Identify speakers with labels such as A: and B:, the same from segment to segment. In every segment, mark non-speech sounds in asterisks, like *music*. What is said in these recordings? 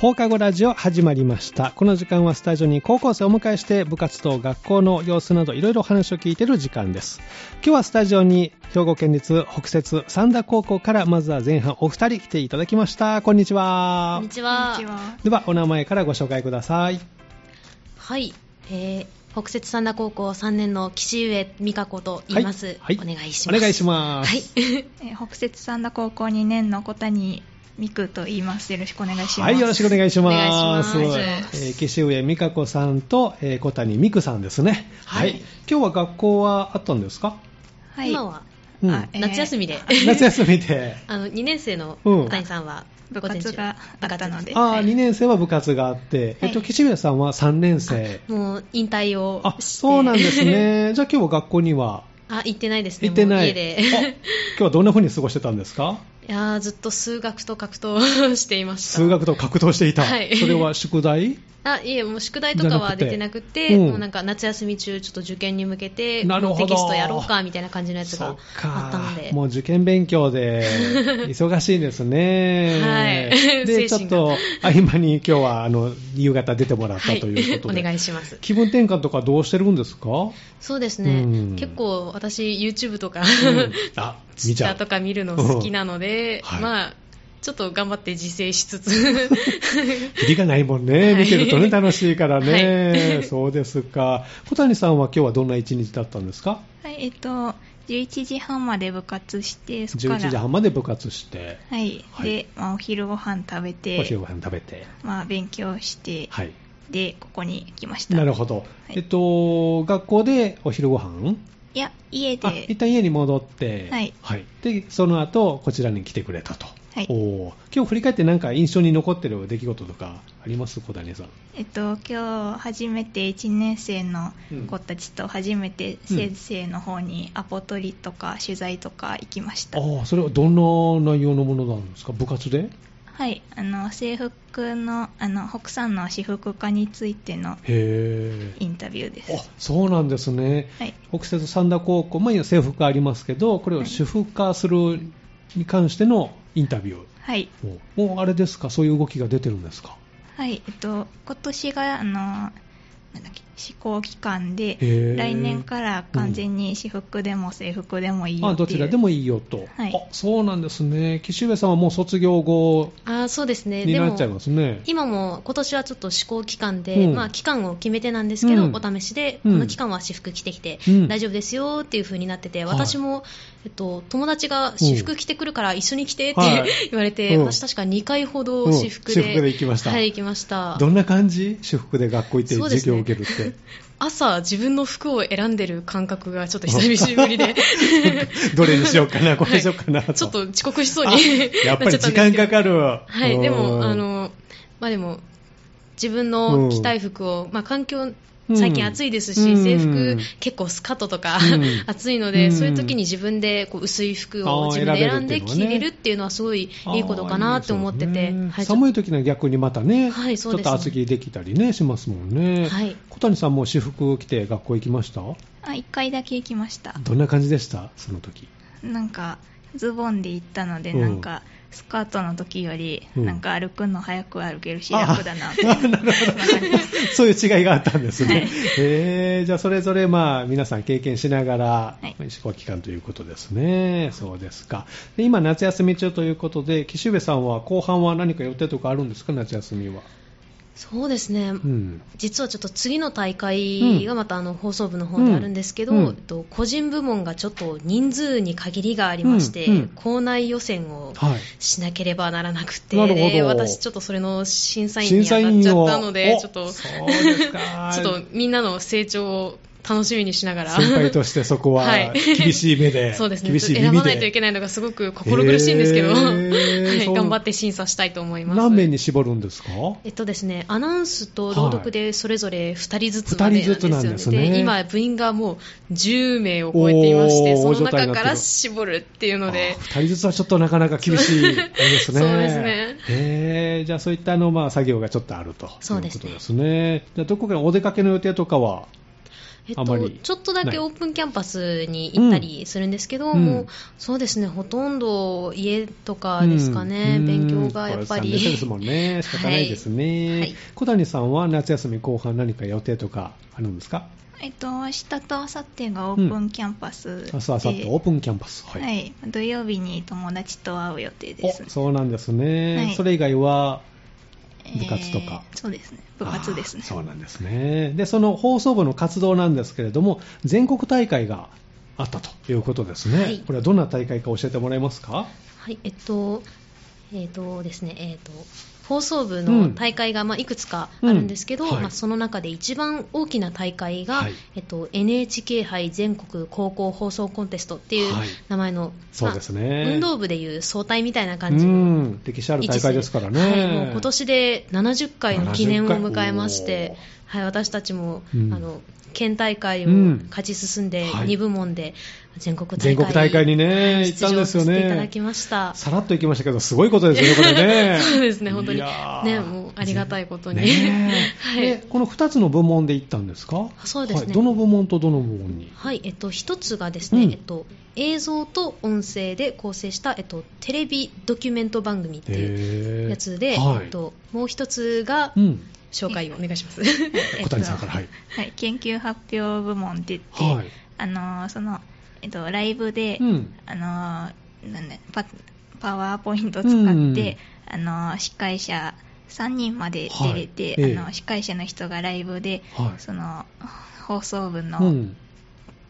A: 放課後ラジオ始まりました。この時間はスタジオに高校生をお迎えして部活と学校の様子などいろいろお話を聞いている時間です。今日はスタジオに兵庫県立北摂三田高校からまずは前半お二人来ていただきました。こんにち
B: こ
A: は
B: んに。ちは。
C: は。
A: ではお名前からご紹介ください。
B: はい、えー、北摂三田高校3年の岸上美香子と言います。
A: はいはい
B: お願いします。
A: お願いします
B: はい。
C: えー北摂三田高校2年の小谷美久と言います。よろしくお願いします。
A: はい、よろしくお願いします。
B: お願い
C: します
A: えー岸上美香子さんと、えー小谷美久さんですね。は
B: はい
A: い。今日は学校はあったんですか、
C: はい。
B: 今は
A: うん、
C: あえー
B: 夏休みで、
A: 夏休みで。
B: *laughs* あの2年生の
A: うん
B: 小谷さんは、
C: 部活があったので。
A: あ
C: は
A: あ、
C: い
A: 2年生は部活があって、えっと、
C: はい
A: 岸上さんは3年生。
B: もう引退を
A: あ、
B: して *laughs*
A: そうなんですね。じゃあ今日は学校には
B: あ行ってないですね。
A: 行ってな
B: もう
A: い。
B: 家で
A: あ。
B: *laughs*
A: 今日はどんな風に過ごしてたんですか
B: いやーずっと数学と格闘していました。
A: 数学と格闘していた。
B: はい
A: それは宿題
B: あいえ、もう宿題とかは出てなくて、
A: じゃなくてうん
B: もうなんか夏休み中、ちょっと受験に向けて、
A: なるほど
B: テキストやろうかみたいな感じのやつ
A: そ
B: が
A: っ
B: あったの
A: か
B: で、
A: もう受験勉強
B: *laughs*
A: で忙しいですね。
B: はい
A: で、
B: 精神が
A: ちょっと合間に今日はあの夕方出てもらった
B: はい、
A: ということで。
B: *laughs* お願いします。
A: 気分転換とかどうしてるんですか、
B: そうですね、
A: うん
B: 結構私、YouTube とか、
A: うんあ、
B: *laughs* ツイ
A: 見
B: ッ
A: ち
B: タ
A: ゃ
B: ーと
A: う。
B: か見るの好きなので、
A: うんはい
B: まあ、ちょっと頑張って自制しつ
A: *laughs*
B: つ、
A: キリがないもんね。
B: はい
A: 見てるとね、楽しいからね。 *laughs* そうですか。小谷さんは今日はどんな一日だったんですか
C: はい、えっと、11時半まで部活して、そこから。
A: ?11 時半まで部活して、
C: はい。
A: はい
C: で、まあ、お昼ご飯食べ
A: お昼
C: て、
A: ご飯食べて。
C: まあ、勉強して、
A: はい。
C: で、ここに来ました。
A: なる
C: ほど。
A: ほど。
C: い
A: えっと、学校でお昼ご飯
C: いや、家
A: あ
C: で
A: 一、旦家に戻って、
C: はい
A: でその後こちらに来てくれたと、
C: はい
A: おー今日振り返って、なんか印象に残ってる出来事とかあります、小谷さん。
C: えっと、今日初めて1年生の子たちと初めて先生の方にアポ取りとか取材とか行きました。
A: ああ、それはどんな内容のものなんですか、部活で
C: はい、あの制服のあの北山の私服化についての
A: へ
C: インタビューで
A: ーあ
C: す。
A: そうなんですね、
C: はい、
A: 北摂三田高校、まあ、今制服がありますけど、これを主婦化するに関してのインタビュー、
C: はい、
A: おもうあれですか、そういう動きが出てるんですか。
C: はい、えっと今年があのなんだっけ試行期間で
A: へー
C: 来年から完全に私服でも制服でもいいよ
A: あ
C: っていう。
A: どちらでもいいよと、
C: はい
A: あそうなんですね、岸上さんはもう卒業後
B: あーそうですね、
A: に
B: で
A: な
B: も
A: っちゃいますね。
B: 今も今年はちょっと試行期間で、
A: うん
B: まあ、期間を決めてなんですけど、
A: うん
B: お試しで、
A: うん
B: この期間は私服着てきて、
A: うん
B: 大丈夫ですよっていう風になってて、
A: はい
B: 私も、えっと、友達が私服着てくるから一緒に着てって、
A: はい
B: *laughs* 言われて、
A: うん
B: 私確か2回ほど
A: うん
B: 私服で,、
A: 私服で行きました
B: はい、行きました
A: どんな感じ私服で学校行って
B: そうで
A: 授
B: すね
A: 業を受けるって。
B: 朝自分の服を選んでる感覚がちょっと久しぶ
A: *laughs*
B: りで *laughs*
A: どれにしようかな、これにしようかなと。
B: ちょっと遅刻しそう
A: あ、
B: に
A: やっぱり時間かかる。
B: *laughs* はい、
A: うん
B: でも、あ、の、まあでも、自分の着たい服を、まあ環境、最近暑いですし、
A: うん
B: 制
A: うん
B: 服、結構スカートとか、
A: うん
B: *laughs* 暑いの
A: う
B: で、
A: ん
B: そういう時に自分でこう薄い服
A: あー
B: を自分で選んで
A: 選べるっていうのはね
B: 着れるっていうのはすごいいいことかなって思って
A: あーい
B: て
A: いですよね、
B: はい、
A: 寒い時には逆にまたね、
B: はい
A: ち
B: そ
A: ょ
B: う
A: っ
B: ですね
A: と厚着できたりね、しますもんね。
B: はい
A: 小谷さんも私服着て学校行きました
C: あ一回だけ行きました。
A: どんな感じでしたその時。 *laughs*
C: なんかズボンで行ったので、
A: うん
C: なんかスカートの時より、
A: うん
C: なんか歩くの早く歩けるし
A: あ
C: 楽だなって。
A: あ *laughs* なるほど。そういう違いがあったんですね。えーじゃあそれぞれまあ皆さん経験しながら
C: は
A: 試行期間ということですね。そうですか。で今夏休み中ということで岸上さんは後半は何か予定とかあるんですか夏休みは。
B: そうですね。
A: うん。
B: 実はちょっと次の大会がまたあの放送部の方であるんですけど、
A: うんうん
B: えっと個人部門がちょっと人数に限りがありまして、
A: うんうん
B: 校内予選を
A: はい。
B: しなければならなくて、
A: なるほど
B: 私ちょっとそれの審査員に上がっちゃったので、
A: お
B: ちょっと、ち
A: そうです
B: *laughs*
A: か。
B: ょっとみんなの成長を楽しみにしながら、
A: 先輩としてそこは
B: はい
A: 厳しい目で、
B: *laughs* そうですね、
A: 厳しい
B: 選
A: 耳
B: ば
A: で
B: ないといけないのがすごく心苦しいんですけど、
A: へー
B: はい
A: そう
B: 頑張って審査したいと思います。
A: 何名に絞るんですか
B: えっとですね、アナウンスと朗読でそれぞれ2人ずつまで
A: 二人ずつなん
B: なん
A: で
B: ですす
A: ね
B: よね。で今、部員がもう10名を超えていまして、
A: おー
B: その
A: 大所帯になって
B: 中
A: る
B: から絞るっていうので
A: あ、二人ずつはちょっとなかなか厳しいあれですね。
B: そうですね
A: へーじゃあそういったあの、まあ、作業がちょっとあるということ
B: そう
A: で
B: ですす
A: ね。
B: ね
A: じゃあどこかにお出かけの予定とかは
B: えっ
A: あま
B: と
A: り、
B: ちょっとだ
A: ない
B: けオープンキャンパスに行ったりするんですけど、
A: うん
B: もうそうですねほとんど家とかですかね、
A: うん
B: 勉強がやっぱ
A: うんこれ三年生
B: り
A: ですもんね。仕方ないですね。
B: はいはい
A: 小谷さんは夏休み後半何か予定とかあるんですか
C: えっと明日と明後日がオープンキャンパスで、
A: 明日、明後日オープンキャンパス。
C: はい、土曜日に友達と会う予定
A: お
C: です、
A: そうなんですね。
C: はい
A: それ以外は、
C: えー
A: 部活とか
C: そうですね部活ですね
A: あーそうなんですね。で、その放送部の活動なんですけれども、全国大会があったということですね。
B: はい
A: これはどんな大会か教えてもらえますか
B: はい、えっと、えっとですね、えっと、放送部の大会が、まあ、いくつかあるんですけど、
A: うんはい
B: まあ、その中で一番大きな大会が、
A: はい
B: えっと、NHK 杯全国高校放送コンテストっていう
A: はい
B: 名前の、
A: そうです
B: まあ
A: ね。
B: 運動部でいう総体みたいな感じ
A: う
B: の
A: ん、歴史ある
B: 位
A: 大
B: 置する
A: 会ですから
B: はい、
A: ね。
B: もう今年で70回の記念を
A: 70
B: 迎えまし
A: お
B: て
A: ー、
B: はい、私たちも、
A: うん
B: あの県大会を勝ち進んで、
A: うんはい
B: 2部門で全国大会
A: 全国大会にね
B: はい
A: 行ったんですよね
B: 出場させていただきました。
A: さらっと行きましたけど、すごいことですね、これね。
B: *laughs* そうですね本当に
A: いやー
B: ねもうありがたいことに
A: ね
B: はい
A: でこの2つの部門で行ったんですか
B: あそうですね
A: はいどの部門とどの部門に
B: *laughs* はい、えっと、一つがですね、
A: うん
B: えっと、映像と音声で構成した、えっと、テレビドキュメント番組っていう
A: へー
B: やつで、
A: はい
B: えっと、もう一つが
A: うん、
B: 紹介をお願いします。
A: 小谷さんから、はい。
C: はい、研究発表部門って言って、
A: はい。
C: あのーその、えっと、ライブで、
A: うん
C: あのーなんだパパワーポイントを使
A: う
C: っ
A: ん
C: て、あのー司会者3人まで出れて、
A: はいええ
C: あの司会者の人がライブで、
A: はい
C: その放送部
A: う
C: の
A: ん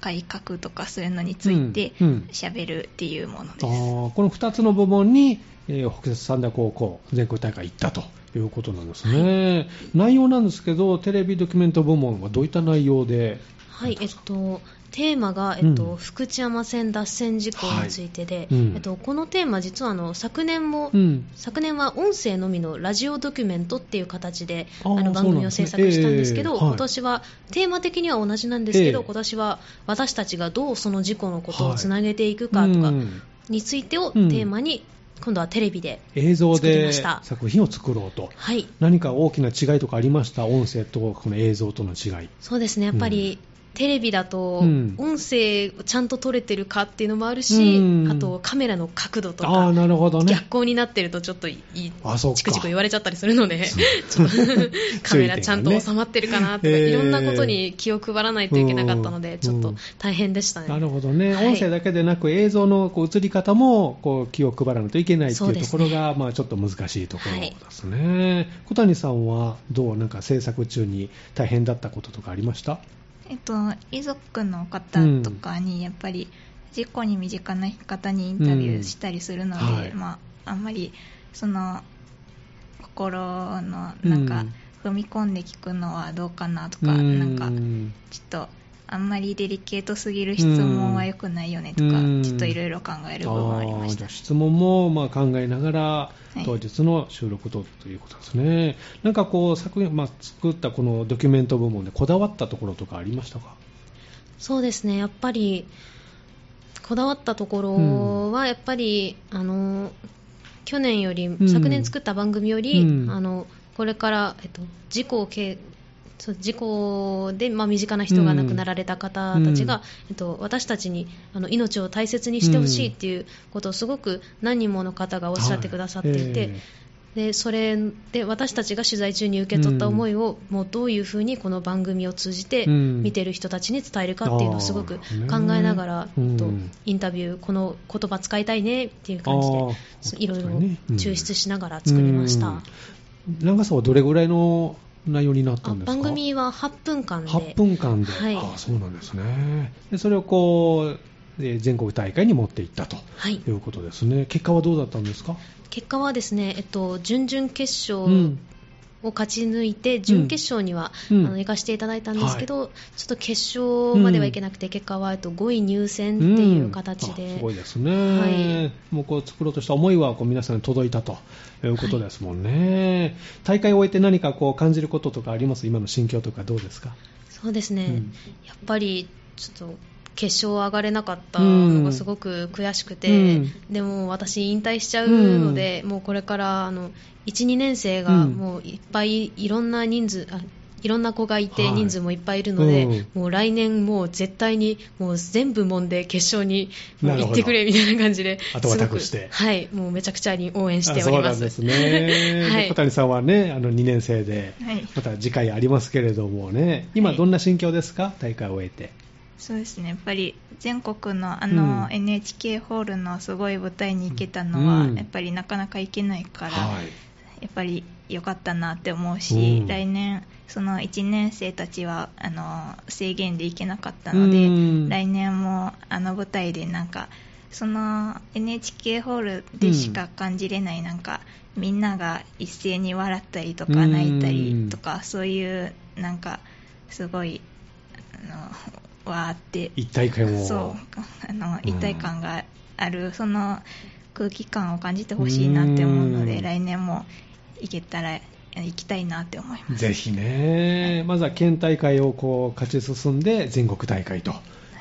C: 改革とかそういうのについて
A: うんうん
C: 喋るっていうもの
A: あ
C: です。
A: ーこの2つの部門に、えー北摂三田高校全国大会行ったということなんですね、内容なんですけどテレビドキュメント部門はどういった内容で
B: はい、えっと、テーマが、えっと
A: うん
B: 福知山線脱線事故についてで、
A: いうん
B: えっと、このテーマ、実はあの昨年も、
A: うん
B: 昨年は音声のみのラジオドキュメントっていう形で
A: あ
B: あ
A: ー
B: の番組を制作したんですけど、
A: そうなん
B: 今
A: です
B: 年はテーマ的には同じなんですけど、
A: ええ
B: 今年は私たちがどうその事故のことをつなげていくかと
A: う
B: か
A: ん
B: についてを
A: う
B: テ
A: ん
B: ーマに、今度はテレビで、
A: 映像
B: 作り
A: で
B: ました
A: 作品を作ろうと
B: はい、
A: 何か大きな違いとかありました音声とこの映像との違い
B: そうですねやっぱり、テレビだと
A: うん
B: 音声をちゃんと撮れてるかっていうのもあるし、
A: うん
B: あとカメラの角度と
A: ああ
B: か、
A: ーなるほどね
B: 逆光になってるとちょっといい
A: あそうか
B: チクチク言われちゃったりするので
A: そ
B: ちょっと *laughs* カメラちゃん
A: 注意点がね
B: と収まってるかなとか、
A: えー
B: いろんなことに気を配らないといけなかったの
A: うん
B: でちょっ
A: う
B: と
A: ん
B: 大変でしたね。
A: なるほどね、
B: はい
A: 音声だけでなく映像のこう映り方もこう気を配らないといけないって
B: そ
A: いうう
B: で
A: と
B: す
A: こ
B: ね
A: ろが、まあ、ちょっと難しいところですね、小谷さんはどうなんか制作中に大変だったこととかありました
C: えっと、遺族の方とかにやっぱり事故に身近な方にインタビューしたりするので、
A: うんはい
C: まあ、あんまりその心のなんか踏み込んで聞くのはどうかなとか、
A: うん
C: なんかちょっとあんまりデリケートすぎる質問は良くないよねとか、
A: うん
C: ちょっといろいろ考える部分ありまし
A: あーじゃ
C: た
A: あ。質問もまあ考えながら
C: い
A: 当日の収録とということですね、なんかこう作品、まあ、作ったこのドキュメント部門でこだわったところとかありましたか
B: そうですねやっぱりこだわったところはやっぱり、あの去年より、
A: ん
B: 昨年作った番組より、
A: うん
B: あのこれから、えっと、事故をけそう事故で、まあ、身近な人が亡くなられた方たちが、
A: うん
B: えっと、私たちにあの命を大切にしてほしいっていうことをすごく何人もの方がおっしゃってくださっていて、
A: はいえ
B: でそれで私たちが取材中に受け取った思いを、もうどういうふうにこの番組を通じて
A: うん
B: 見てる人たちに伝えるかっていうのをすごく
A: あ
B: 考
A: ー
B: えながら、
A: うん
B: とインタビューこの言葉使いたいねっていう感じで
A: あー
B: そういろいろ
A: 確かにねうん
B: 抽出しながら作りました、
A: うん長さはどれぐらいの内容になった
B: あ
A: んですか
B: 番組は8分間で
A: 8分間で、
B: はい
A: ああそうなんですねでそれをこうえー全国大会に持っていったと
B: はい
A: いうことですね結果はどうだったんですか、
B: 結果はですね、えっと、準々決
A: う
B: 勝
A: ん
B: を勝ち抜いて準決勝には、
A: うん
B: あの行かせていただいたんですけど、ちょっと決勝まではいけなくて、結果はえっと5位入選っていう形
A: うん
B: で、
A: あすごいですね、
B: はい
A: もうこう作ろうとした思いはこう皆さんに届いたということですもんね、大会を終えて何かこう感じることとかあります今の心境とかどうですか
B: そうですね、
A: うん
B: やっぱりちょっと決勝上がれなかったのがすごく悔しくて、
A: うん
B: でも私、引退しちゃうので、もうこれからあの1、2年生が
A: うん
B: もういっぱいいろんな人数、あいろんな子がいて
A: はい
B: 人数もいっぱいいるので、
A: うん
B: もう来年もう絶対にもう全部門で決勝にも
A: な
B: う
A: るほ
B: 行
A: ど
B: ってくれみたいな感じで
A: 後
B: す
A: 渡く
B: ごく
A: して
B: はいもうめちゃくちゃに応援してお
A: あそ
B: り
A: うな
B: ま
A: ん
B: す
A: ですね、
B: *laughs* は
A: で
B: い
A: 小谷さんはねあの2年生で
C: はい
A: また次回ありますけれどもね今どんな心境ですか大会を終えて
C: そうですねやっぱり全国のあの
A: うん
C: NHK ホールのすごい舞台に行けたのは、
A: うん
C: やっぱりなかなか行けないから、
A: はい
C: やっぱり良かったなって思うし、
A: うん
C: 来年その1年生たちはあの制限で行けなかったので、
A: うん
C: 来年もあの舞台でなんかその NHK ホールでしか感じれないなんか、みんなが一斉に笑ったりと
A: う
C: か
A: ん
C: 泣いたりとか、そういうなんかすごいあのわーって
A: 一体感を
C: そうあの
A: うん
C: 一体感がある、その空気感を感じてほしいなって思うので
A: うん
C: 来年も行けたら行きたいなって思います
A: ぜひね、まずは県大会をこう勝ち進んで全国大会と。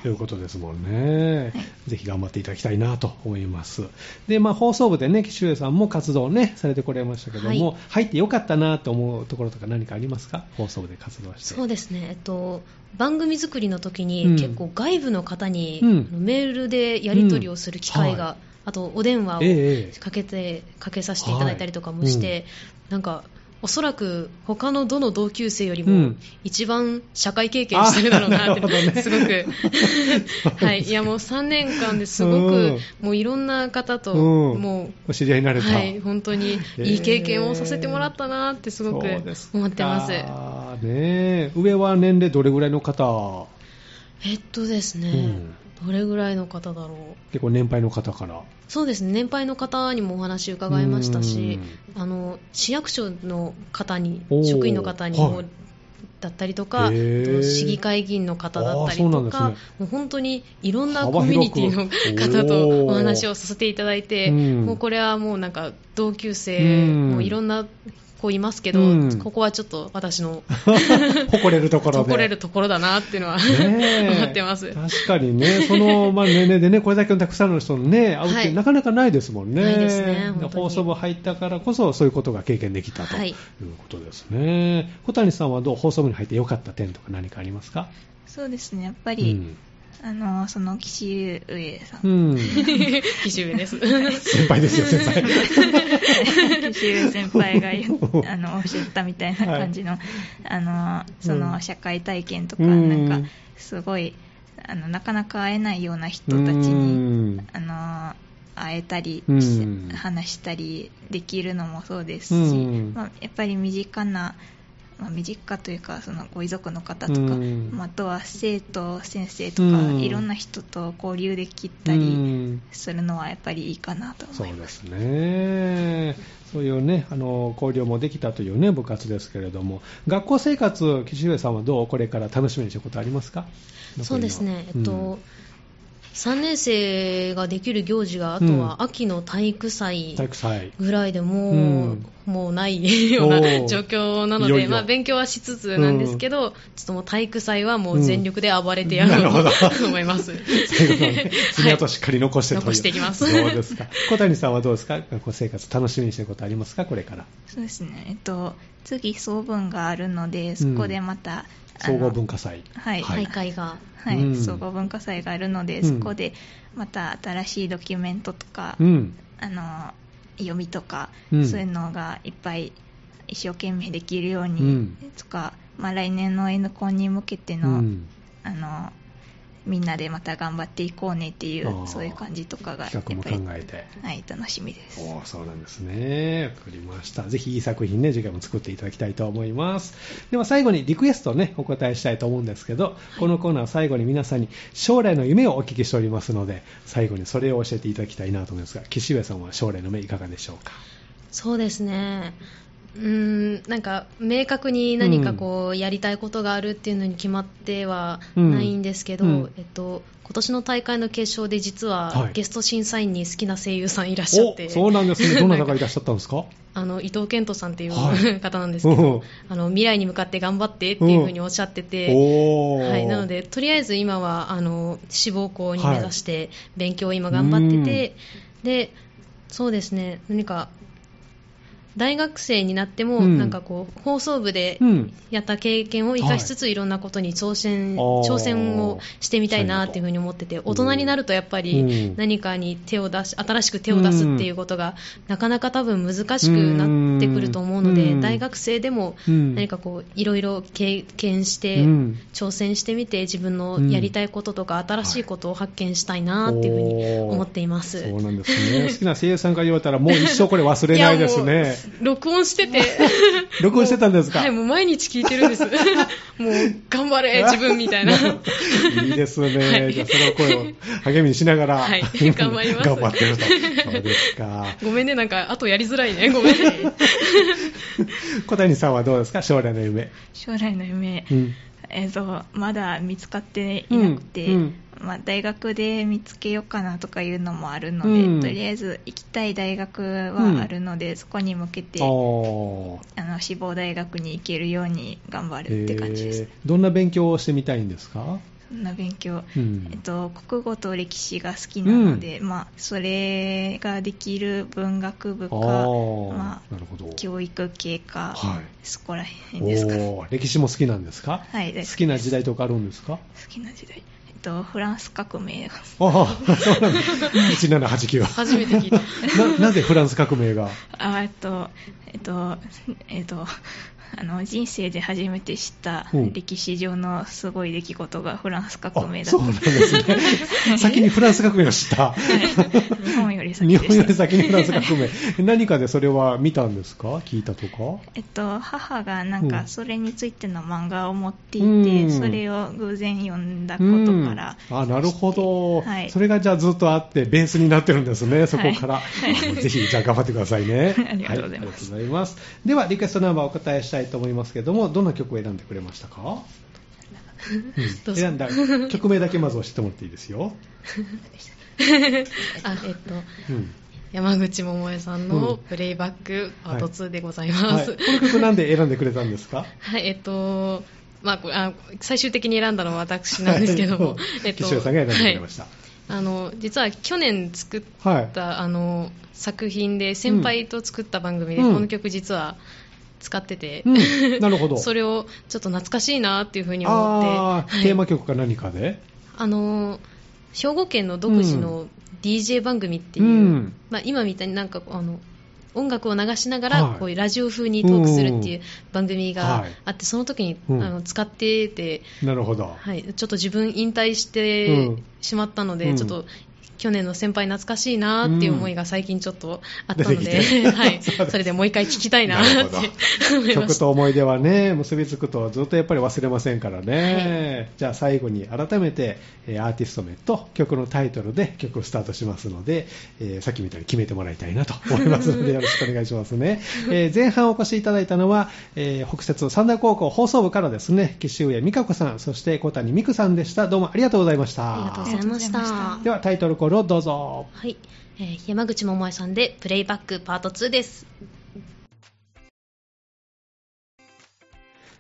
A: いうことですもんね、ぜひ頑張っていただきたいなと思います。で、まあ、放送部でね、岸上さんも活動をね、されてこられましたけども、
B: は
A: 入ってよかったなと思うところとか何かありますか放送部で活動して。
B: そうですね、えっと、番組作りの時に、
A: うん
B: 結構外部の方に、
A: うん
B: あのメールでやり取りをする機
A: う
B: 会
A: ん
B: が、
A: はい
B: あとお電話
A: ええええ
B: をかけて、かけさせていただいたりとかもして、
A: はい
B: なんかおそらく他のどの同級生より
A: う
B: も
A: ん
B: 一番社会経験してるだろうなっ
A: *laughs*
B: て、
A: あなるほどね
B: すごくはいいやもう3年間ですご
A: うん
B: くもういろんな方と、
A: うん
B: もう
A: お知り合いになれた。
B: はい本当にいい経験をさせてもらったなってすごく
A: そうですか
B: 思ってます。
A: ねえ上は年齢どれぐらいの方、
B: えっとですね、どれぐらいの方だろう
A: 結構年配の方
B: *laughs*
A: から。
B: そうですね年配の方にもお話伺いましたしあの市役所の方に
A: おー
B: 職員の方にも、
A: はい
B: だったりとかあ
A: へー
B: と市議会議員の方だったり
A: あーそうな
B: と
A: んです
B: か、
A: ね
B: もう本当にいろんな
A: 幅
B: コミュ
A: 広
B: ニ
A: く
B: ティの方とお話をさせていただいて、
A: うん
B: もうこれはもうなんか同級
A: う
B: 生、
A: ん
B: もういろんな子いますけど、
A: うん
B: ここはちょっと私の
A: 誇れるところで。
B: 誇れるところだなっていうのは、
A: ねえ
B: *laughs* 思ってます。
A: 確かにね、その、まあ、年齢でね、これだけのたくさんの人にね、会うっ
B: は
A: て
B: い
A: なかなかないですもんね。
B: ないですね本当に
A: 放送部入ったからこそ、そういうことが経験できたと
B: はい
A: いうことですね。小谷さんはどう放送部に入って良かった点とか何かありますか
C: そうですねやっぱ
A: う
C: り、
A: ん。
C: あのその岸上さ、
A: うんん。
B: *laughs* 岸上です。
A: 先輩ですよ、先輩。
B: *laughs*
C: 岸上先輩が言
A: *laughs*
C: うあのおっしゃったみたいな感じの,、あのそ
A: うん
C: の社会体験とか、
A: うん
C: なんかすごいあのなかなか会えないような人
A: う
C: たちに。
A: ん。
C: あの会えたり、
A: うん
C: 話したりできるのもそうですし、
A: うん
C: まあ、やっぱり身近な、まあ、身近というかそのご遺族の方とか、
A: うん
C: まあ、あとは生徒先生とか、
A: うん
C: いろんな人と交流できた
A: う
C: り
A: ん
C: するのはやっぱりいいかなと
A: そ
C: 思
A: う
C: いま。
A: ですすね。そういうね、あの、交流もできたというね、部活ですけれども、学校生活、岸上さんはどうこれから楽しみにしてることありますか
B: そうですね、えっと
A: うん
B: 3年生ができる行事があとは秋の体育祭
A: 体育祭。 *laughs*
B: ぐらいでもう,、
A: うん
B: もうないような
A: おー
B: 状況なので
A: いよいよ
B: まあ、勉強はしつつなんですけど、ちょっともう体育祭はもう全力で暴れてや
A: うん
B: ろ
A: な
B: う
A: るほど
B: と *laughs* 思
A: *laughs*
B: います。
A: 最後のね、爪痕しっかり残してという
B: 残していきます
A: そうですか。小谷さんはどうですか学校生活楽しみにしてることありますかこれから。
C: そうですね、えっと、次総文があるのでそこでまた、あ
A: 総
C: の
A: 合文化祭。
C: はい
A: は
B: 大会が、
C: はい
A: うん
C: 総合文化祭があるので、
A: うん
C: そこでまた新しいドキュメントとか、
A: うん。
C: あの読みとか、
A: うん
C: そういうのがいっぱい一生懸命できるよう
A: う
C: に
A: ん
C: とか、まあ、来年の N コンに向けて
A: う
C: の,、
A: ん。
C: あのみんなでまた頑張っていこうねってい
A: あー
C: うそういう感じとかがやっ
A: 企画
C: ぱり
A: も、考えて。
C: はい、楽しみです。
A: おーそうなんですね。わかりました。ぜひいい作品ね、次回も作っていただきたいと思います。では最後にリクエストをね、お答えしたいと思うんですけど、このコーナーは最後に皆さんに将来の夢をお聞きしておりますので、最後にそれを教えていただきたいなと思いますが、岸上さんは将来の夢いかがでしょうか
B: そうですね。うーんなんか明確に何かこうやりたいことがあるっていうのに決まってはないんですけど、
A: うんうん
B: えっと、今年の大会の決勝で実
A: は
B: はいゲスト審査員に好きな声優さんいらっしゃって、
A: おそうなん
B: *laughs*
A: ですね。どんな方がいらっしゃったんですか
B: あの伊藤健人さんっていう、
A: はい
B: 方なんですけど、
A: お
B: あの未来に向かって頑張ってっていうふうにおっしゃってて、
A: おー
B: はい、なのでとりあえず今はあの志望校に
A: はい
B: 目指して勉強を今頑張ってて、でそうですね何か大学生になっても、
A: うん
B: なんかこう放送部で
A: うん
B: やった経験を生かしつつ、い、ろんなことに挑戦
A: あー
B: 挑戦をしてみたいなっていうふうに思ってて
A: と
B: 大人になるとやっぱ
A: うん
B: り何かに手を出し新しく手を出すっていうことが、なかなか多分難しくなってくると思うので、
A: うん
B: 大学生でも
A: うん
B: 何かこういろいろ経験して、
A: うん
B: 挑戦してみて自分のやりたいこととか、新しいことを発見したいなっていうふうに思っています。
A: そうなんですね。好きな声優さんから言われたら、もう一生これ忘れないです
B: *laughs* いや
A: ね。。
B: 録音してて
A: 録音してたんですか
B: もうはい、もう毎日聞いてる
A: *laughs*
B: んです。もう、頑張れ、自分みたいな。
A: *laughs* いいですね。
B: はい
A: じゃあ、その声を励みにしながら、
B: はい頑張ります
A: 頑張ってると。そうです
C: *laughs*
A: か。
B: ごめんね、なんか、あとやりづらいね、ごめん。
A: 小谷さんはどうですか将来の夢。
C: 将来の夢、
A: うん
C: えー、とまだ見つかっていなくて、
A: うんうん
C: まあ、大学で見つけようかなとかいうのもあるので、
A: うん
C: とりあえず行きたい大学はあるので、そこに向けて
A: あ
C: あ
A: ー
C: の志望大学に行けるように頑張るって感じです、
A: えーどんな勉強をしてみたいんですか
C: そんな勉強、
A: うん
C: えっと、国語と歴史が好きなので、まあ、それができる文学部か、
A: あ
C: ま
A: ー
C: あ、
A: なるほど。
C: 教育系か、
A: はい
C: そこら辺ですかね
A: おー歴史も好きなんですか
C: はい大好きです
A: 好きな時代とかあるんですか
C: 好きな時代、えっと、フランス革命が
A: ああ、 *laughs* そうなんです。1789は。
B: 初めて聞いた。
A: ななぜフランス革命が
C: あえっとえっとえっとあの人生で初めて知った
A: うん
C: 歴史上のすごい出来事がフランス革命
A: あ
C: だ
A: そ
C: と
A: うなんです
C: *laughs*
A: ね。先にフランス革命を知った。 *laughs*
C: 日本より先
A: 日
C: で
A: 本より
C: した
A: 先にフランス革命。
C: *laughs*
A: 何かでそれは見たんですか聞いたとか
C: えっと、母がなん
A: うん
C: かそれについての漫画を持っていて、
A: うん
C: それを偶然読んだこ
A: うん
C: とから、
A: あなるほど、
C: はい
A: それがじゃあずっとあってベースになってるんですねそこから、
C: はいはい
A: あぜひじゃあ頑張ってくださいね
C: *laughs* ありがとうござい
A: はありが
C: ます
A: とうございますではリクエストナンバーお答えしたいと思いますけどもどんな曲を選んでくれましたか、う
B: ど
A: ん
B: うぞ
A: 選んだ曲名だけまず教えてもらっていいですよ、
B: あ、えっと、
A: うん
B: 山口百恵さん
A: うん
B: のプレイバックパート2でございま
A: はい、
B: す。
A: この曲なんで選んでくれたんですか、
B: はい、えっと、まあ、これあ最終的に選んだのは私なんですけど
A: は
B: も
A: い岸尾さんが選んでくれました、
B: あの実は去年作った、
A: はい
B: あの作品で先輩と作った番組で、
A: うん
B: この曲実は使ってて、
A: うんなるほど
B: *laughs* それをちょっと懐かしいなっていうふうに思って
A: あー
B: はい
A: テーマ曲か何かで、
B: あの兵庫県の独自の DJ 番組っていう、
A: うん
B: まあ、今みたいになんかあの音楽を流しなが
A: は
B: ら
A: い
B: こういうラジオ風にトークするっていう番組が
A: はい
B: あってその時にあ
A: うん
B: の使ってて、
A: なるほど、
B: はい、ちょっと自分引退し
A: う
B: て
A: ん
B: しまったので、
A: うん
B: ちょっと去年の先輩懐かしいなっていう思いが最近ちょっとあったの
A: 出
B: で、
A: てきて
B: *laughs* は
A: *laughs*
B: い、
A: そうです
B: それでもう一回聞きたいなっ
A: な
B: て *laughs*
A: るほど
B: 思いま
A: 曲
B: した。
A: と思い出はね、結びつくとずっとやっぱり忘れませんからね。じゃあ最後に改めて、えーアーティスト名と曲のタイトルで曲をスタートしますので、えーさっきみたいに決めてもらいたいなと思いますの
B: *laughs*
A: で、よろしくお願いしますね。えー前半お越しいただいたのは、えー北節三田高校放送部からですね、岸上美香子さん、そして小谷美久さんでした。どうもありがとうございました。
B: ありがとうございまし
C: ありがとうございました
B: た。
A: ではタイトルコールをどうぞ。
B: はい、えー山口百恵さんでプレイバックパート2です。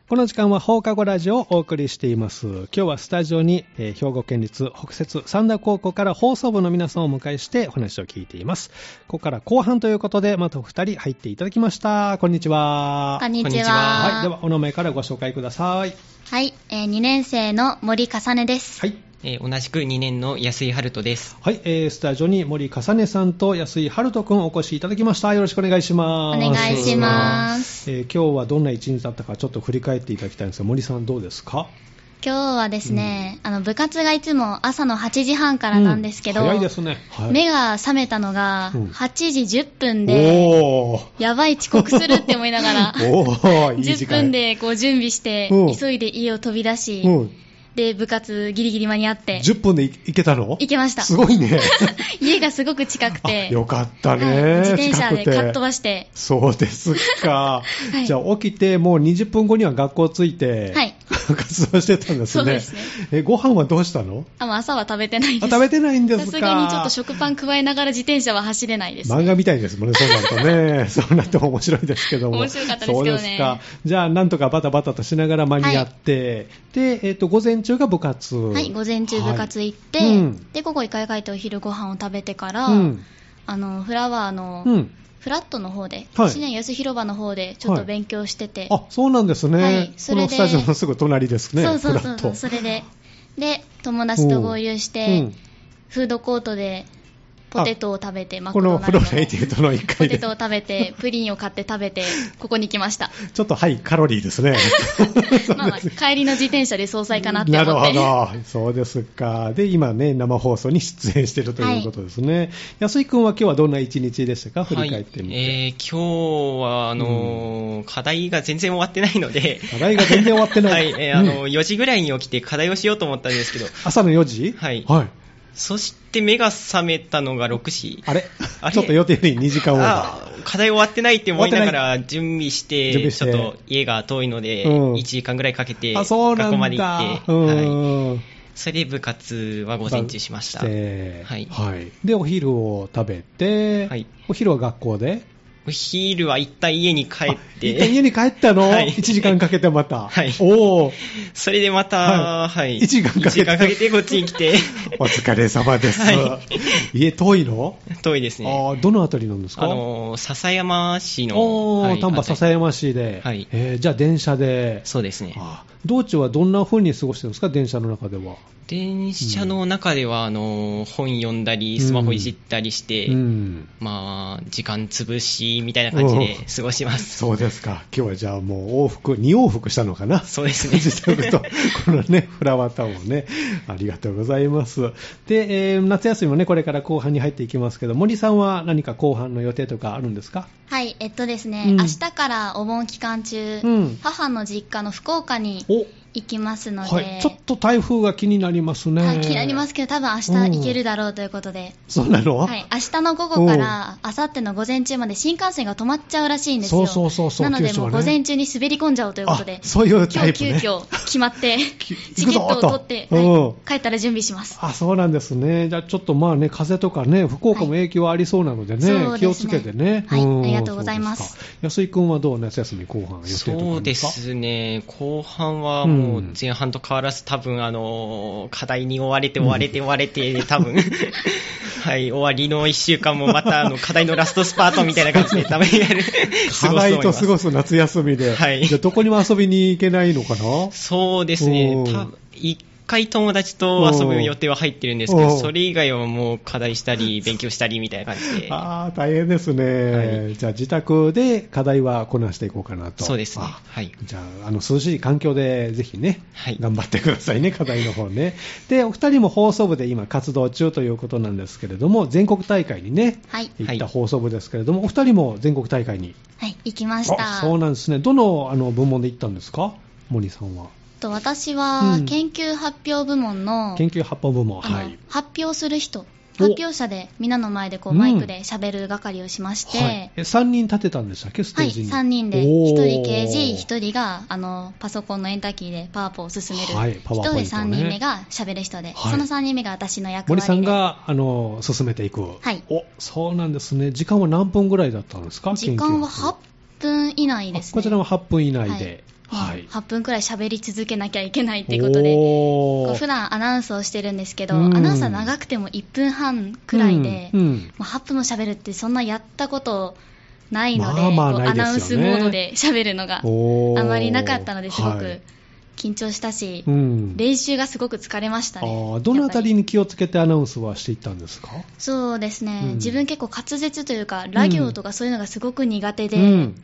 A: この時間は放課後ラジオをお送りしています。今日はスタジオに、えー兵庫県立北摂三田高校から放送部の皆さんをお迎えしてお話を聞いています。ここから後半ということで、またお二人入っていただきました。こんにちは。
D: こんにちは
A: はい。では、お名前からご紹介ください。
D: はい、え2年生の森かさねです。
A: はい。
E: えー同じく2年の安井春人です。
A: はい、えースタジオに森かさねさんと安井春人くんお越しいただきました。よろしくお願いし
D: お
A: ます。。
D: 願いしますす。
A: えー今日はどんな一日だったかちょっと振り返っていただきたいんですが、森さんどうですか
D: 今日はですね、あの部活がいつも朝の8時半からなんですけど、
A: うん早いですね。はい
D: 目が覚めたのが
A: うん
D: 8時10分で、
A: おー
D: やばい遅刻するって思いながら、
A: *laughs* おー、いい時
D: 10
A: 間。
D: 分でこう準備して
A: うん、
D: 急いで家を飛び出し、
A: うん、
D: で部活ギリギリ間に合って、
A: 10分で行けたの
D: 行けました
A: すごい
D: *laughs*
A: ね。
D: 家がすごく近く
A: あ
D: て、
A: よかったね、
D: はい自転車でかっ飛ば
A: し
D: して、
A: そうですか、
D: *laughs* はい
A: じゃあ起きてもう20分後には学校着いて、
D: はい
A: *laughs* 活動してたんですね
D: そうですね
A: えご飯はどうしたの
D: あもう朝は食べてない
A: あ
D: です。
A: 食べてないんで
D: さ
A: すか
D: すがにちょっと食パン加えながら自転車は走れないです。
A: 漫画みたいですもんね、そうなると
D: *laughs*
A: ね。そうなっても面白いですけども。
D: 面白かったですけ
A: そ
D: どね
A: うですか。じゃあ、なんとかバタバタとしながら間に合って、で、えっ、と、午前中が部活。
D: はい、午前中部活行って、
A: はいうん
D: で、午後一回帰ってお昼ご飯を食べてから、
A: うん。
D: あの、フラワーの
A: うん。
D: フラットの方で、
A: はい
D: 一年安広場の方でちょっ
A: は
D: と
A: い
D: 勉強してて、
A: あそうなんですね、
D: はいそ
A: こ
D: れ
A: の
D: で
A: スタジオのすぐ隣ですね、
D: そうそう
A: フ
D: そ
A: ラ
D: う
A: ッ
D: そ
A: ト
D: うそれでで友達と合流して、
A: うん
D: フードコートでポテトを食べてマク
A: こ
D: ドナ
A: のフ
D: ルド
A: ロ
D: の
A: ーレイティートの1
D: ポ
A: 階
D: テ
A: で、
D: トを食べ
A: *laughs*
D: てプリンを買って食べてここに来ました
A: ちょっとハイカロリーですね。
D: まあまあ帰りの自転車で総裁かなって
A: な
D: 思
A: る
D: って
A: ほど、そうですか、で今ね、生放送に出演しているということですね、安井君は今日はどんな一日でしたか、振り返ってみて。
E: はいえー今日は、あのー課題が全然終わってないので、
A: 課題が全然終わってな、
E: はいい、えーあのー4時ぐらいに起きて課題をしようと思ったんですけど、
A: 朝の4時
E: はい
A: はい、
E: そして目が覚めたのが6時。
A: あれ
E: あ
A: *laughs*
E: れ
A: ちょっと予定より2時間オーバ
E: あ課題終わってないって思いなが
A: 終
E: ら準備して、
A: 準備して
E: ちょっと家が遠いので、
A: うん
E: 1時間ぐらいかけて、
A: ー。あ、そうな
E: 学校ま
A: ん
E: で
A: だ。
E: 行って、
A: う
E: はい、
A: ん、
E: それで部活は午前中しました。
A: して
E: はい
A: はい。で、お昼を食べて、
E: はい
A: お昼は学校で、
E: お昼は一旦家に帰っ
A: 一旦家
E: て、
A: に帰ったの、
E: *laughs* はい
A: 1時間かけてまた。
E: *laughs* はい
A: おー
E: それでま
A: は
E: た、
A: い
E: はい、
A: 一時間かけて
E: 一こっちに
A: *laughs*
E: 来て、
A: お疲れ様です。
E: は
A: 家遠いの、
E: 遠いですね。
A: あーどのあたりなんですか
E: あの、笹山市の、
A: おー、
E: はい
A: 丹波
E: あたり
A: 篠山市で。
E: はい
A: えーじゃあ電車で。
E: そうですね。
A: あー道中はどんな風に過ごしてるんですか電車の中では。
E: 電車の中では、あの、本読んだり、スマホいじったりして、
A: うん。
E: まあ、時間潰しみたいな感じで過ごします。
A: そうですか。今日はじゃあもう往復、2往復したのかな *laughs*
E: そうですね。
A: 自宅
D: *laughs*
A: と、このね、フラワータウンをね、ありがとうございます。で、えー夏休みもね、これから後半に入っていきますけど、森さんは何か後半の予定とかあるんですか
D: はいえっとですね、
A: うん
D: 明日からお盆期間中、
A: うん
D: 母の実家の福岡に
A: お、
D: 行きますので、
A: はい。ちょっと台風が気になりますね。
D: はい気になりますけど多分明日行けるだろうということで、
A: そうなの
D: はい、明日の午後からあさっての午前中まで新幹線が止まっちゃうらしいんです
A: そう
D: よ
A: そうそうそう
D: なので
A: 九州
D: も
A: は
D: う
A: ね
D: 午前中に滑り込んじゃおうということで
A: あそういう
D: 今
A: タイ
D: 日
A: プ
D: 急
A: ね。
D: 遽決まって
A: *laughs* き
D: チケットを取って、は
A: 行
D: い
A: くぞとうん
D: 帰ったら準備します
A: あそうなんですね、じゃあちょっとまあね、風とかね、福岡も影響はありそうなのでね、
D: はい
A: 気をつけてね、
D: そうですねはい
A: ん
D: ありがとうございます
A: そうですか安井君はどう、夏休み後半、予定とかあ
E: そ
A: る
E: うんで
A: ですか
E: すね、後半はもう
A: うん
E: 前半と変わらず、多分あの課題に追われて、追われて、追わ
A: *laughs*
E: れて、多分 *laughs* はい、終わりの1週間も
A: *laughs*
E: またあの課題のラストスパートみたいな感じで、多分やる、
A: 課題と過ご
E: い
A: す夏休みで、
E: はい
A: じゃあどこにも遊びに行けないのかな、
E: そうですね
A: お、ー
E: 多分一回友達と遊ぶ予定は入ってるんですけ
A: お
E: ど、
A: ー
E: それ以外はもう課題したり、勉強したりみたいな感じで。
A: ああ、大変ですね、
E: はい
A: じゃあ自宅で課題はこなしていこうかなと、
E: そうですね
A: あ
E: はい
A: じゃああの涼しい環境でぜひね、
E: はい
A: 頑張ってくださいね、課題の方ね。で、お二人も放送部で今、活動中ということなんですけれども、全国大会にね、
D: はい、
A: 行った放送部ですけれども、お二人も全国大会に
D: はい、行きました
A: そうなんですねどのあの部門で行ったんですか森さんは
D: と私
A: う
D: は
A: ん
D: 研究発表部門の,、
A: 研究発表部門
D: あの
A: はい
D: 発表する人
A: お
D: 発表者でみんなの前でこう
A: うん
D: マイクで喋る係をしまして、
A: はい、え3人立てたんでしたっけステ
D: は
A: ー
D: い、
A: ジに、
D: 3人で、
A: おー
D: 1人 KG、1人があのパソコンのエンターキーでパワポを進める、
A: はいパワーポイントね
D: 1人で3人目が喋る人で、
A: はい
D: その3人目が私の役
A: 森さ
D: 割で
A: んがあの進めていく、
D: はい
A: おそうなんですね時間は何分ぐらいだったんですか
D: 時間は
A: 研究
D: 8分以内
A: あ
D: ですね
A: こちらも8分以内で、は
D: はいい、8分くらい喋り続けなきゃいけないっていうことで。
A: おー
D: こう普段アナウンスをしてるんですけど、
A: うん
D: アナウンスは長くても1分半くらいで、
A: うん
D: も
A: うん
D: う8分も喋るってそんなやったことないので、
A: まあまあ
D: こう
A: ない
D: ア
A: ですよね
D: ナウンスモードで喋るのが
A: おー
D: あまりなかったのですご
A: は
D: く
A: い
D: 緊張したし、
A: うん、
D: 練習がすごく疲れました
A: あ
D: ね
A: ー。どのあたり
D: やっぱ
A: に気をつけてアナウンスはしていったんですか
D: そうですね、
A: うん
D: 自分結構滑舌というか、ラ行とかそういうのがすごく苦手で、
A: うん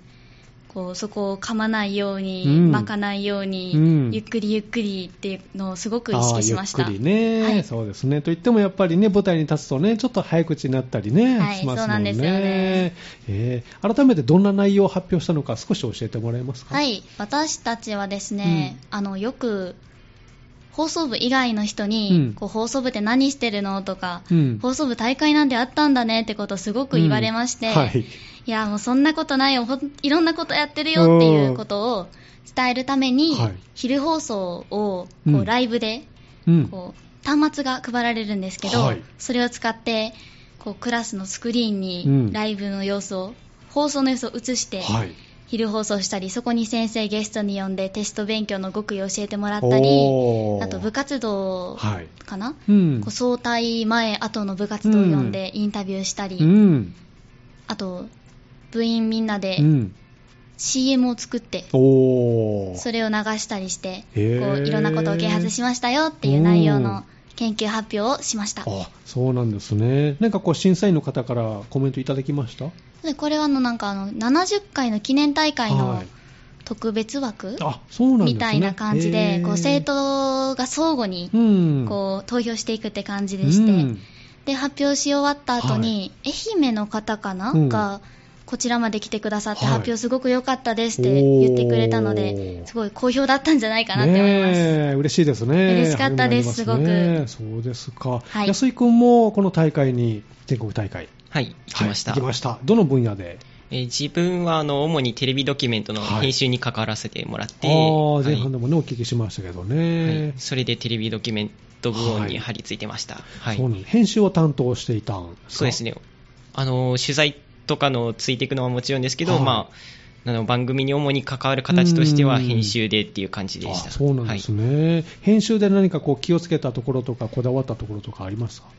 D: こうそこを噛まないように、
A: うん
D: 巻かないように、
A: うん
D: ゆっくりゆっくりっていうのをすごく意識しました。
A: あーゆっくりね、
D: はい
A: そうですね。といってもやっぱりね、舞台に立つとね、ちょっと早口になったりね、
D: はい
A: しますもんね。
D: そうなんですよね
A: えー改めてどんな内容を発表したのか少し教えてもらえますか
D: は。い、私たちはですね、あのよく放送部以外の人に、
A: うん
D: こう放送部って何してるのとか、
A: うん
D: 放送部大会なんてあったんだねってことをすごく言われまして、
A: うんはい。
D: いやもうそんなことないよほんいろんなことやってるよっていうことを伝えるために、
A: はい
D: 昼放送をこ
A: う
D: うんライブで
A: うん。
D: こう端末が配られるんですけど、
A: はい
D: それを使ってこうクラスのスクリーン
A: う
D: に
A: ん
D: ライブの様子を、放送の様子を映して、
A: はい。
D: 昼放送したりそこに先生ゲストに呼んでテスト勉強の極意を教えてもらったり
A: おー
D: あと部活動
A: はい。
D: かな、
A: うん
D: こう早退前後の部活動を呼んでインタビューしたり、
A: うん。
D: あと部員みんなで
A: うん
D: CM を作って、
A: おー
D: それを流したりして、こう
A: へー
D: いろんなことを啓発しましたよっていう内容の研究発表をしました。
A: あそうなんですねなんかこう審査員の方からコメントいただきました
D: でこれはあのなんかあの70回の記念大会
A: は
D: の
A: い
D: 特別枠
A: あそうなんですね
D: みたいな感じ
A: へ
D: で、
A: ー
D: こう生徒が相互に
A: うん
D: こう投票していくって感じ
A: う
D: でして、
A: ん
D: で発表し終わった後に、愛媛の方かな、
A: うん
D: がこちらまで来てくださって、
A: はい
D: 発表すごく良かったですって言ってくれたの
A: お
D: で
A: ー
D: すごい好評だったんじゃないかなって思います、
A: ねえ嬉しいですね。
D: 嬉しかったです
A: 励みになりますねそうですか。
D: はい
A: 安井くんもこの大会に、全国大会。
E: はい、行きました。
A: はい行きました。どの分野で
E: えー自分はあの主にテレビドキュメントの
A: はい
E: 編集に関わらせてもらって、
A: あー
E: はい
A: 前半でもね、お聞きしましたけど
E: はい
A: ね。
E: それでテレビドキュメント部門に張り付いてました。はい
A: そうなんです編集を担当していたんですか
E: そうです。ねあの取材とかのついていくのはもちろんですけど、
A: はい
E: まあ、あの番組に主に関わる形として
A: う
E: は
A: ん
E: 編集でっていう感じで
A: あ
E: した
A: そうなんです
E: は
A: ね、編集で何かこう気をつけたところとか、こだわったところとかありますか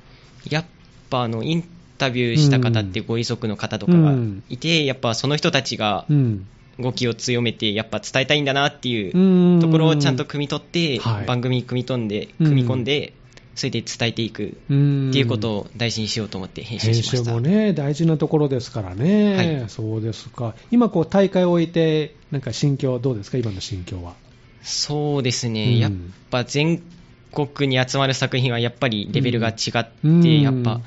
E: い、やっぱあのインタビューした方ってご遺族の方とかがいて、やっぱその人たちが
A: うん、
E: 語気を強めてやっぱ伝えたいんだなっていう
A: うん
E: ところをちゃんと汲み取って、
A: はい
E: 番組に組み込んで、
A: うん
E: 組み込んで、それで伝えていく
A: う
E: っ
A: ん
E: ていうことを大事にしようと思って編集
A: 編
E: しま
A: 集
E: した。
A: もね、大事なところですからね、
E: はい
A: そうですか、今、こう大会を終えて、なんか心境、どうですか、今の心境は。
E: そうですね、
A: うん
E: やっぱ全国に集まる作品はやっぱりレベルが違って、
A: うん
E: やっぱ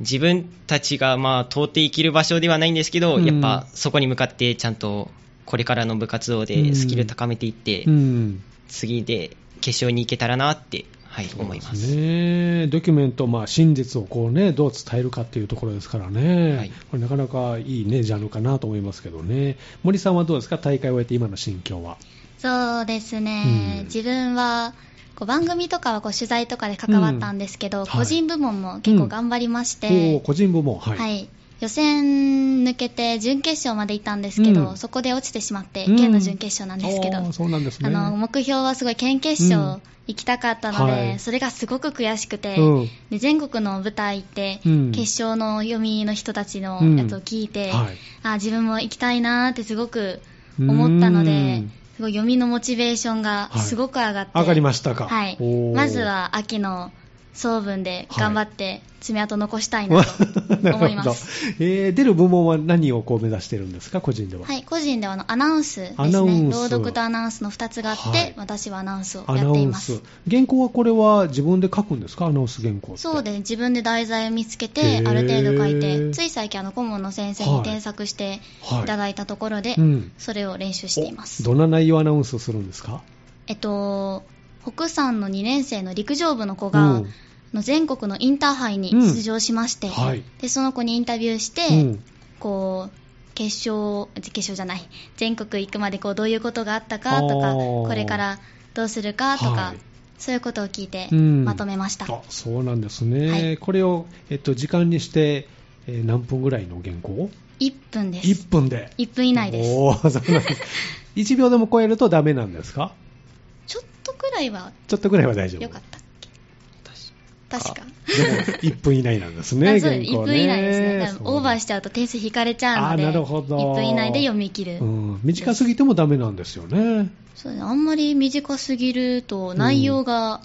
E: 自分たちがまあ到底生きる場所ではないんですけど、
A: うん
E: やっぱそこに向かってちゃんとこれからの部活動でスキル高めていって、
A: うん
E: 次で決勝に行けたらなって、はい、思い
A: そ
E: ま。
A: うですすね、ドキュメント、まあ、真実をこう、ね、どう伝えるかっていうところですからね、
E: はい
A: これなかなかいい、ね、ジャンルかなと思いますけどね、森さんはどうですか、大会を終えて今の心境は。
D: そうですね、
A: うん
D: 自分はこう番組とかはこう取材とかで関わったんですけど、
A: うんはい
D: 個人部門も結構頑張りまし
A: おー
D: て、
A: 個人部門、は
D: はい
A: い、
D: 予選抜けて準決勝まで行ったんですけど、
A: うん
D: そこで落ちてしまって、
A: うん
D: 県の準決勝なんですけど、
A: あーそうなんですね。
D: あの目標はすごい県決勝行きたかったので、
A: はい
D: それがすごく悔しくて、
A: うん
D: で全国の舞台行って、
A: うん
D: 決勝の読みの人たちの
A: うん
D: やつを聞いて、
A: はい
D: あ自分も行きたいなーってすごく思ったので
A: うん、
D: すごい読みのモチベーションが
A: はい
D: すごく上がって、
A: 上がりましたか、
D: はい
A: おー
D: まずは秋の総分で頑張って爪痕残
A: *laughs*
D: したいなと思
A: 思
D: います。
A: えー出る部門は何をこう目指してるんですか、個人では。
D: はい、個人ではあのアナウンスです
A: アナウン
D: ね
A: ス
D: 朗読とアナウンスの2つがあって、
A: はい
D: 私はアナウンスを
A: ア
D: や
A: ナ
D: っ
A: ウ
D: てい
A: ン
D: ます
A: ス。原稿はこれは自分で書くんですか、アナウンス原稿って。
D: そうです自分で題材を見つけ
A: へ
D: て
A: ー
D: ある程度書いてつい最近あの顧問の先生
A: はい
D: に添削していただいたところで、
A: うん
D: それを練習しています
A: おどんな内容アナウンスをするんですか
D: えっと北山の2年生の陸上部の子が、
A: うん
D: あの全国のインターハイに出場しまして、
A: うんはい
D: でその子にインタビューして、
A: うん
D: こう決勝決勝じゃない全国行くまでこうどういうことがあったかと
A: あ
D: か
A: ー
D: これからどうするかとか、
A: はい
D: そういうことを聞いて
A: うん
D: まとめました、
A: あそうなんですね、
D: はい
A: これを、えっと、時間にして、えー何分ぐらいの原稿
D: 1分です
A: 1分で
D: 1分以内です
A: おーそうなん
D: *laughs*
A: です1秒でも超えるとダメなんですか
D: ちょっとくらいは
A: ちょっとぐらいは大丈夫
D: 良かったっけ確か。
A: でも1分以内なんですね、
D: あそう
A: 原
D: 1
A: 稿
D: 分
A: ね。
D: 以内ですね。多
A: そ
D: 分
A: う
D: オーバーしちゃうと点数引かれちゃうので、
A: あなるほど
D: 1分以内で読み切る。
A: うん、短すぎてもダメなんですよね。
D: そうねあんまり短すぎると内容が、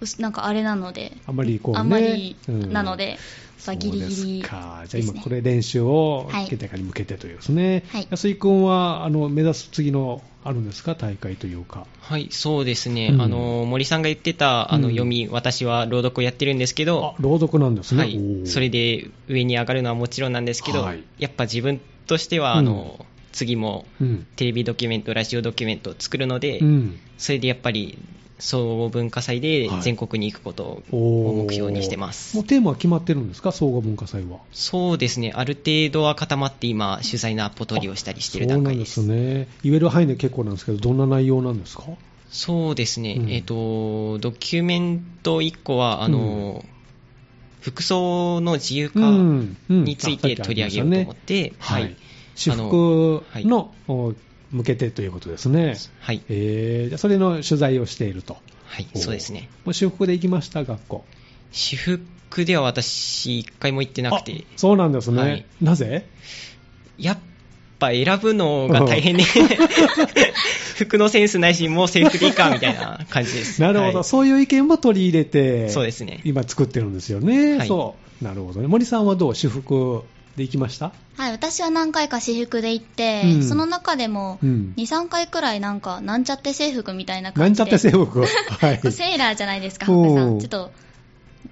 D: 薄なんかあれなので、
A: あんまりこうね
D: あんまり
A: うん
D: なので、まあギリギリ
A: そうですか。じゃ
D: で
A: あ
D: す
A: 今
D: ね
A: これ練習を
D: はい
A: 県大会に向けてというですね。
D: はい
A: 安井君はあの目指す次のあるんですか大会というか。
E: はい、そうですね、
A: うん
E: あの森さんが言ってたあの
A: うん
E: 読み、私は朗読をやってるんですけ
A: あ、
E: ど
A: 朗読なんですね。
E: はい
A: おー、
E: それで上に上がるのはもちろんなんですけど、
A: はい
E: やっぱ自分としては、
A: うん
E: あの次も
A: うん。
E: テレビドキュメント、ラジオドキュメントを作るので、
A: うん。
E: それでやっぱり総合文化祭で
A: はい
E: 全国に行くこと
A: お
E: を
A: ー
E: 目標にしてます。
A: もうテーマは決まってるんですか総合文化祭は。
E: そうですね、ある程度は固まって、今、取材のアポ取りをしたりしてる
A: そう
E: 段
A: なん
E: 階
A: で
E: です。
A: すね。言える範囲で結構なんですけど、どんな内容なんですか
E: そうですね、
A: うん
E: えっ、と、ドキュメント1個は、あの、服装の自由化
A: うんうん
E: について
A: あ
E: 取り上げようと思って、
A: は
E: はいい。。
A: 私服
E: あ
A: の
E: のはい
A: お向けてということですね。
E: はい、
A: えーじゃあそれの取材をしていると。
E: はい、そうですね。
A: お。もう修復で行きました、学校。
E: 私服では私、一回も行ってなく
A: あ、
E: て
A: そうなんですね。
E: はい
A: なぜ
E: やっぱ選ぶのが大
A: *laughs*
E: 変ね。服のセンスないし、もう制服でいいか、みたいな感じです。
A: *laughs* なるほど、
E: はい
A: そういう意見も取り入れて、
E: そうですね
A: 今作ってるんですよね、
E: はい
A: そう、なるほどね、森さんはどう、私服で行きました
D: はい、私は何回か私服で行って、
A: うん
D: その中でも、
A: うん
D: 2、3回くらいなんか、なんちゃって制服みたいな
A: な
D: 感
A: んち
D: じ
A: ゃ
D: で。
A: って制服、はい、
D: こうセーラーじゃないですか、ハッペさ。
A: おうん
D: ちょっと、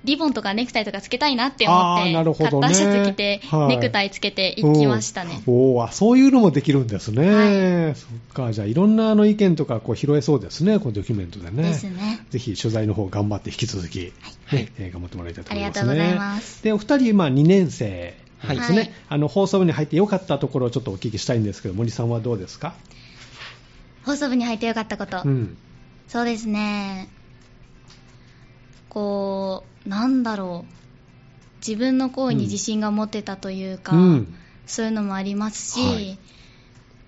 D: リボンとかネクタイとかつけたいなって思
A: あーなる
D: っ
A: ほ
D: て、カ
A: どね
D: ッターシャツ着て、
A: はい
D: ネクタイつけて *laughs* 行きましたね。
A: おーおーあそういうのもできるんですね、そっか、じゃあ、いろんなあの意見とかこう拾えそうですね、このドキュメントでね。
D: ですね。
A: ぜひ取材の方頑張って引き続き、ねえー頑張ってもらいたいと思います、ね。
D: ありがとうございます
A: で、お二人、まあ、2年生なんですね、
D: はい
A: あの放送部に入って良かったところをちょっとお聞きしたいんですけど、森さんはどうですか、
D: 放送部に入ってよかったこと。
A: うん、
D: そうですね。こう、なんだろう。自分の行為に自信が持てたというか、
A: うん
D: そういうのもありますし、
A: はい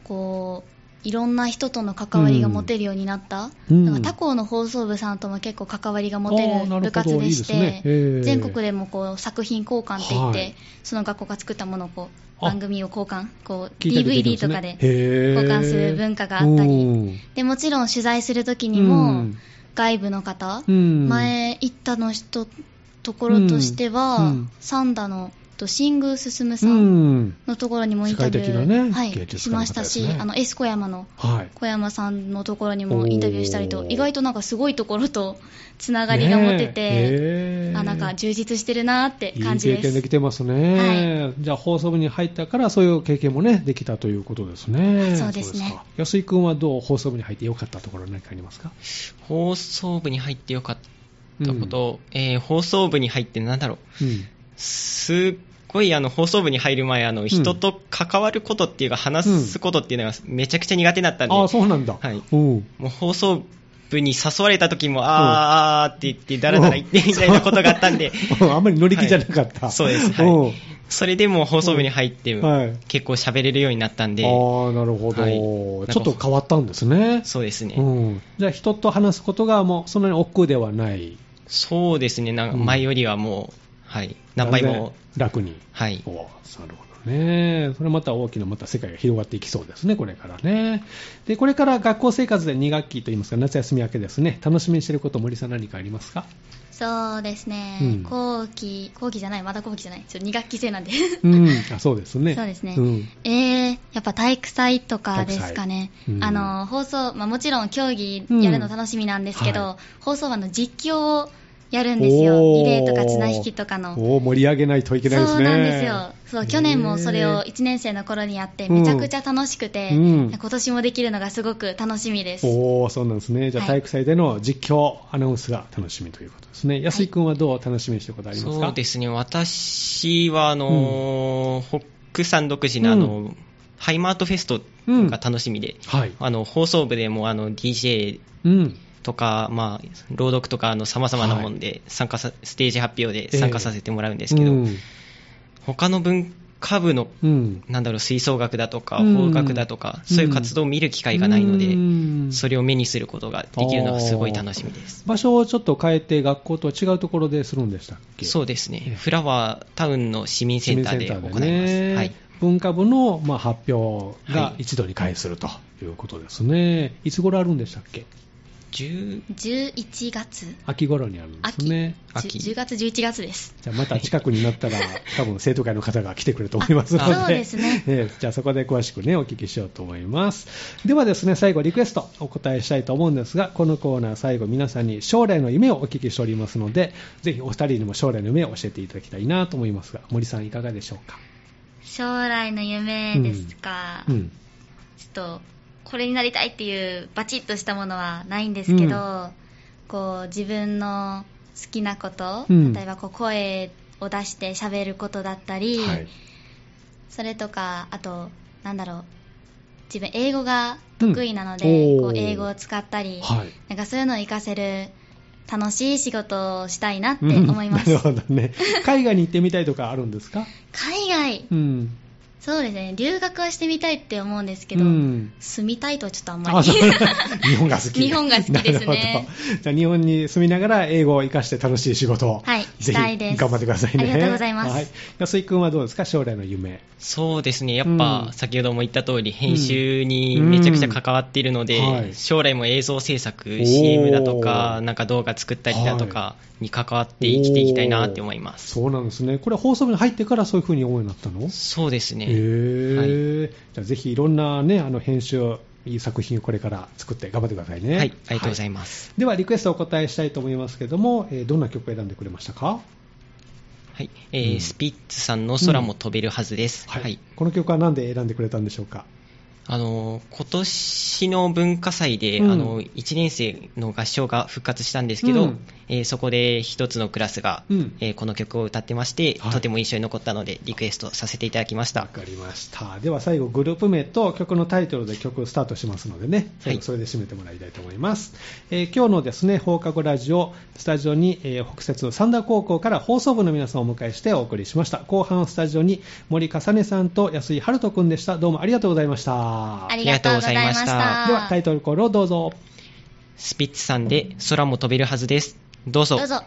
D: こう、いろんな人との関わりが持てるようになった、
A: うん
D: なんか他校の放送部さんとも結構関わりが持て
A: あーなるほど
D: る部活でして
A: いいですねへー
D: 全国でもこう作品交換って言って、
A: はい
D: その学校が作ったものをこう
A: あ
D: 番組を交換こう
A: 聞いたりきるん
D: DVD
A: す
D: と
A: ね
D: かで
A: へー
D: 交換する文化があったり
A: うん
D: でもちろん取材するときに
A: う
D: も
A: ん
D: 外部の方、
A: うん
D: 前行ったの人ところとしては、
A: うん
D: サンダのドシング進む
A: う
D: さん
A: ん
D: のところにもインタビュ
A: 世界
D: ー、
A: 的なね
D: はい
A: 芸術
D: し
A: 家の方
D: ま
A: ですね
D: したし、あのエス小山の
A: はい、
D: 小山さんのところにもインタビューしたり
A: お
D: と
A: ー
D: 意外となんかすごいところと *laughs* つながりが持て
A: ね
D: て、
A: えへー
D: あなんか充実してるなーって感じ
A: いい
D: で
A: 経
D: す
A: 験できてますね、じゃあ放送部に入ったからそういう経験もねできたということですね
D: そうですね
A: か安井君はどう放送部に入ってよかったところ何かありますか
E: 放送部に入ってよかったこと、えー放送部に入ってなんだろう。
A: うん
E: すっごいあの放送部に入る前あの人と関わることっていうか話すことっていうのがめちゃくちゃ苦手だったんで、
A: ああそうなんだ、
E: はい
A: うん
E: もう放送部に誘われた時もあーあーって言ってだらだら言ってみたいなことがあった
A: *laughs*
E: んで
A: うんあんまり乗り気じゃなかった、
E: はい *laughs* そうですはい
A: うん
E: それでもう放送部に入って
A: はい
E: 結構喋れるようになったんで、
A: ああなるほど、
E: はい
A: ちょっと変わったんですね
E: そうですね、
A: うん、じゃあ人と話すことがもうそんなに億劫ではない
E: そうですねなんか前よりはもう、はい何倍も
A: 断然楽に
E: はい
A: おーなるほどねそれまた大きなまた世界が広がっていきそうですねこれからねでこれから学校生活で2学期といいますか夏休み明けですね楽しみにしていること森さん何かありますか
D: そうですね、
A: うん
D: 後期後期じゃないまだ後期じゃないちょっと2学期生
A: *laughs*
D: なんで
A: うんあそうですね
D: そうですね
A: うん
D: えー、やっぱ体育祭とかですかね
A: 体育祭、うん
D: あの放送、まあ、もちろん競技やるの楽しみなんですけど、
A: うんは
D: 放送はの実況をやるんですよ、リレーとか綱引きとかの。
A: おー盛り上げないといけないですね
D: そうなんですよそう去年もそれを
A: ね
D: 1年生の頃にやって
A: うん
D: めちゃくちゃ楽しくて、
A: うん
D: 今年もできるのがすごく楽しみです
A: おおそうなんですねじゃあ
D: は
A: 体
D: い
A: 育祭での実況、アナウンスが楽しみということですね安井君はどう楽しみにしてることありますか、
E: そうですね私はあのーホックさん独自のあの、
A: う
E: ハイマートフェストが楽しみで、
A: はい
E: あの放送部でもあの DJ
A: うん
E: とか、まあ、朗読とかさまざまなもんで参加さ、ステージ発表で参加させてもらうんですけど、
A: うん
E: 他の文化部の、
A: うん
E: なんだろう吹奏楽だとか
A: うん
E: 邦楽だとか、そういう活動を見る機会がないので、
A: うん
E: それを目にすることができるのがすごい楽しみです。
A: 場所をちょっと変えて学校とは違うところでするんでしたっけ
E: そうですね、フラワータウンの市民センターで行います。
A: 市民センターでね
E: はい、
A: 文化部のまあ発表が
E: はい
A: 一度に会するということですね、い、つ頃あるんでしたっけ
E: 10
D: 11月
A: 秋頃にあるんですね
E: 秋
D: 10, 月11月です
A: じゃあまた近くになったら、多分生徒会の方が来てくれると思いますので、
D: あそうですね
A: *laughs* ええじゃあそこで詳しくね、お聞きしようと思います。ではですね、最後リクエストお答えしたいと思うんですが、このコーナー最後皆さんに将来の夢をお聞きしておりますので、ぜひお二人にも将来の夢を教えていただきたいなと思いますが、森さんいかがでしょうか。
D: 将来の夢ですか、
A: うん。
D: ちょっとこれになりたいっていうバチッとしたものはないんですけど、
A: うん
D: こう自分の好きなこと、
A: うん
D: 例えばこう声を出して喋ることだったり、
A: はい。
D: それとかあとなんだろう自分英語が得意なので、
A: うん
D: こ
A: お
D: う
A: ー
D: 英語を使ったり、
A: はい。
D: なんかそういうのを活かせる楽しい仕事をしたいなって
A: *laughs*
D: 思います、 *laughs*
A: うんなるほどね。海外に行ってみたいとかあるんですか
D: 海外
A: うん。
D: そうですね留学はしてみたいって思うんですけ
A: う
D: ど、
A: ん
D: 住みたいとはちょっとあんま
A: あ
D: り
A: そう *laughs* 日本が好き
D: 日本が好きですね
A: なるほどじゃあ日本に住みながら英語を活かして楽しい仕事を、
D: はい
A: ぜ
D: したいで
A: ひ
D: す
A: 頑張ってくださいね
D: ありがとうございます
A: はい、安井君はどうですか将来の夢
E: そうですね、やっぱ、
A: うん
E: 先ほども言った通り、編集にめちゃくちゃ関わっているので、
A: うんはい
E: 将来も映像制作、
A: おー
E: CM だとか、なんか動画作ったりだとかに関わって生きていきたいなって思います。
A: そうなんですねこれ放送部に入ってからそういうふうに思いになったの
E: そうですね。
A: へーじゃあぜひいろんなねあの編集をいい作品をこれから作って頑張ってくださいね
E: はい、ありがとうござ
A: はい
E: ます。
A: ではリクエストお答えしたいと思いますけども、えーどんな曲を選んでくれましたか
E: はい、えー
A: うん
E: スピッツさんの空も飛べるはずです。はい、
A: この曲は何で選んでくれたんでしょうか
E: あの今年の文化祭で、
A: うん
E: あの1年生の合唱が復活したんですけど、
A: うん
E: えーそこで一つのクラスが、
A: うん
E: えーこの曲を歌ってまして、
A: はい
E: とても印象に残ったのでリクエストさせていただきまし
A: わ
E: た
A: かりましたでは最後グループ名と曲のタイトルで曲スタートしますのでね最後それで締めてもらいたいと思います、えー今日のですね放課後ラジオスタジオに、えー北摂三田高校から放送部の皆さんをお迎えしてお送りしました後半はスタジオに森かさねさんと安井春人くんでしたどうもありがとうございました
D: ありがとうございまし
E: ありがとうございましたた
A: ではタイトルコールをどうぞ
E: スピッツさんで空も飛べるはずですどうぞ
D: どうぞ